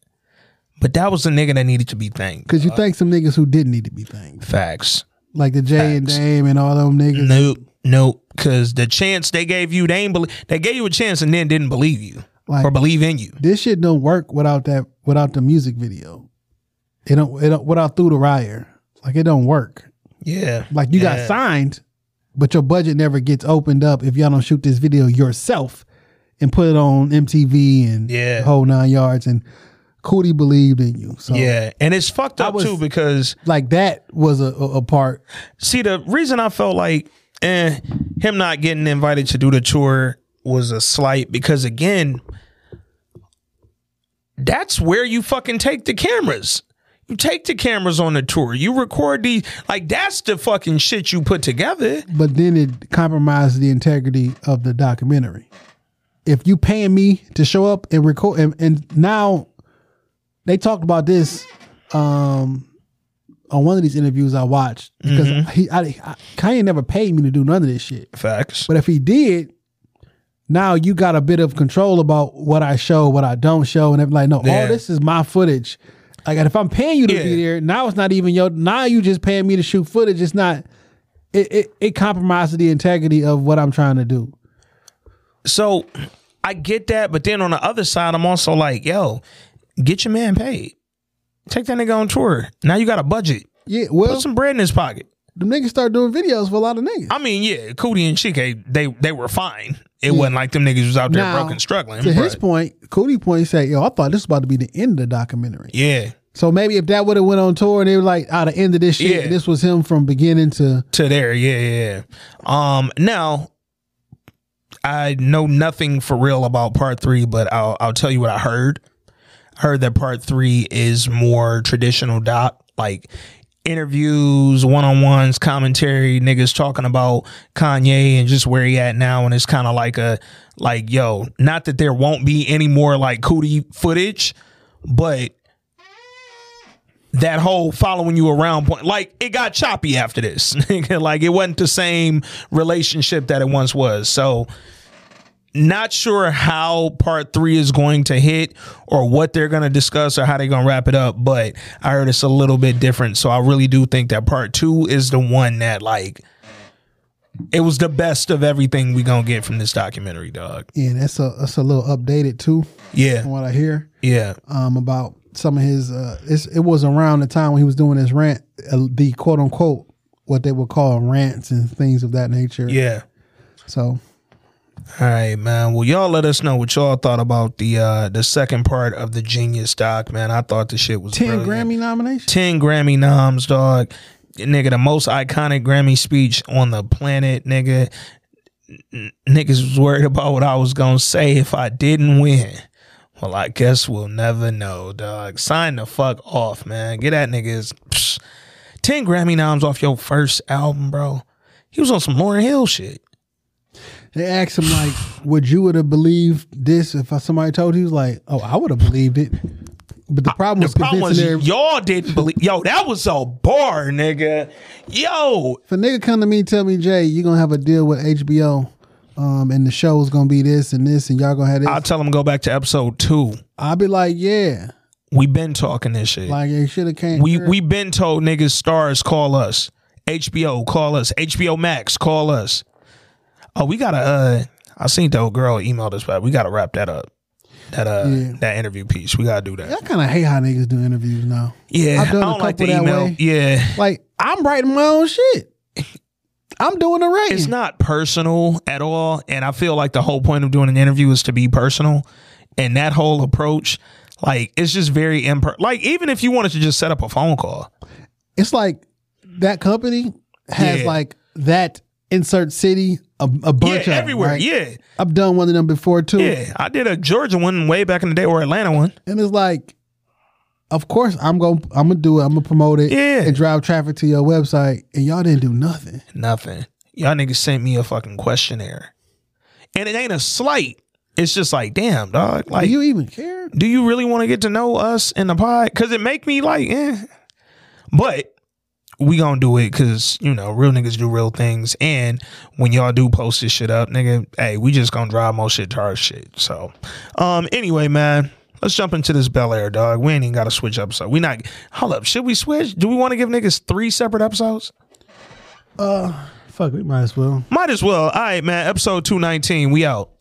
S2: But that was the nigga that needed to be thanked.
S7: Cause you thank some niggas who didn't need to be thanked,
S2: Facts.
S7: like the Jay and
S2: Facts.
S7: Dame and all them niggas.
S2: Nope. Nope. Cause the chance they gave you, they ain't believe they gave you a chance and then didn't believe you.
S7: Like-
S2: or believe in you.
S7: This shit don't work without that, without the music video. It don't, it don't without through the riot. Like it don't work.
S2: Yeah.
S7: Like you
S2: Yeah.
S7: got signed, but your budget never gets opened up if y'all don't shoot this video yourself and put it on MTV and
S2: Yeah.
S7: the whole nine yards. And Cootie believed in you, so
S2: Yeah. And it's fucked up
S7: was-
S2: too because
S7: like that was a, a, a part.
S2: see the reason I felt like eh, him not getting invited to do the tour was a slight because again, that's where you fucking take the cameras. You take the cameras on the tour. You record these like that's the fucking shit you put together.
S7: but then it compromised the integrity of the documentary. If you paying me to show up and record, and, and now they talked about this um, on one of these interviews I watched because he, I, I, Kanye never paid me to do none of this shit.
S2: Facts.
S7: But if he did, now you got a bit of control about what I show, what I don't show, and everything. Like, no,
S2: Yeah.
S7: all this is my footage. Like, and if I'm paying you to
S2: Yeah.
S7: be there, now it's not even your. Now you just paying me to shoot footage. It's not. It it, it compromises the integrity of what I'm trying to do.
S2: So I get that, but then on the other side, I'm also like, yo, get your man paid. Take that nigga on tour. Now you got a budget.
S7: Yeah, well,
S2: Put some bread in his pocket.
S7: the niggas start doing videos for a lot of niggas.
S2: I mean, yeah, Cootie and Chike, they they were fine. It wasn't like them niggas was out there
S7: Now,
S2: broken struggling.
S7: To his
S2: but-
S7: point, Cootie point say, "Yo, I thought this was about to be the end of the documentary."
S2: yeah,
S7: So maybe if that would have went on tour and they were like, "Ah, the end of this shit."
S2: Yeah.
S7: This was him from beginning to
S2: to there, yeah, yeah. yeah. Um, now I know nothing for real about part three, but I'll I'll tell you what I heard. I heard that part three is more traditional doc, like interviews, one on ones, commentary, niggas talking about Kanye and just where he at now, and it's kind of like a like yo, not that there won't be any more like cootie footage, but that whole following you around point like it got choppy after this nigga. like it wasn't the same relationship that it once was so not sure how part three is going to hit or what they're going to discuss or how they're going to wrap it up but i heard it's a little bit different so i really do think that part two is the one that like it was the best of everything we gonna get from this documentary dog
S7: yeah. That's a that's a little updated too. from
S2: yeah
S7: what I hear,
S2: yeah
S7: um, about some of his. Uh, it's, it was around the time when he was doing his rant, uh, the quote unquote what they would call rants and things of that nature.
S2: yeah
S7: So
S2: All right, man. Well, y'all let us know what y'all thought about the uh the second part of the Genius doc, man. I thought the shit was
S7: ten
S2: brilliant.
S7: Grammy nominations.
S2: ten Grammy noms, dog. Nigga, the most iconic Grammy speech on the planet, nigga. N- Niggas was worried about what I was gonna say if I didn't win. Well, I guess we'll never know, dog. Sign the fuck off, man. Get that niggas psh, ten Grammy noms off your first album, bro. He was on some Lauren Hill shit.
S7: They asked him like, "Would you would have believed this if somebody told you?" He was like, "Oh, I would have believed it." But the problem was
S2: The problem was
S7: convincing every-
S2: y'all didn't believe. Yo, that was a bar, nigga. Yo,
S7: if a nigga come to me and tell me, "Jay, you're gonna have a deal with HBO." Um, and the show's gonna be this and this, and y'all gonna have this.
S2: I'll tell him go back to episode two.
S7: I'll be like, yeah,
S2: We been talking this shit.
S7: like it should have came.
S2: we we been told niggas stars call us. HBO call us. HBO Max call us. Oh, we gotta. uh I seen the old girl email this back. We gotta wrap that up. That uh
S7: Yeah.
S2: that interview piece. We gotta do
S7: I
S2: that.
S7: kind of hate how niggas do interviews now.
S2: Yeah,
S7: I've done
S2: I
S7: a
S2: don't like the
S7: couple that
S2: email.
S7: way.
S2: Yeah.
S7: Like I'm writing my own shit. I'm doing the rating.
S2: it's not personal at all and i feel like the whole point of doing an interview is to be personal and that whole approach like it's just very imper- like even if you wanted to just set up a phone call
S7: It's like that company has
S2: Yeah.
S7: like that insert city a, a
S2: yeah
S7: bunch of 'em,
S2: everywhere
S7: right?
S2: yeah
S7: I've done one of them before too,
S2: yeah i did a georgia one way back in the day or atlanta one
S7: and it's like, of course I'm gonna I'm gonna do it. I'm gonna promote it
S2: Yeah.
S7: and drive traffic to your website, and y'all didn't do nothing.
S2: nothing y'all niggas sent me a fucking questionnaire and it ain't a slight it's just like, damn, dog. Like,
S7: Do you even care?
S2: do you really want to get to know us in the pod? Because it make me like, eh. But we gonna do it because you know real niggas do real things, and when y'all do post this shit up, nigga, hey, we just gonna drive more shit to our shit. So, um, anyway, man. Let's jump into this Bel Air, dog. We ain't even got to switch episode. We not. Hold up. Should we switch? Do we want to give niggas three separate episodes?
S7: Fuck, we might as well.
S2: Might as well. All right, man. Episode 219. We out.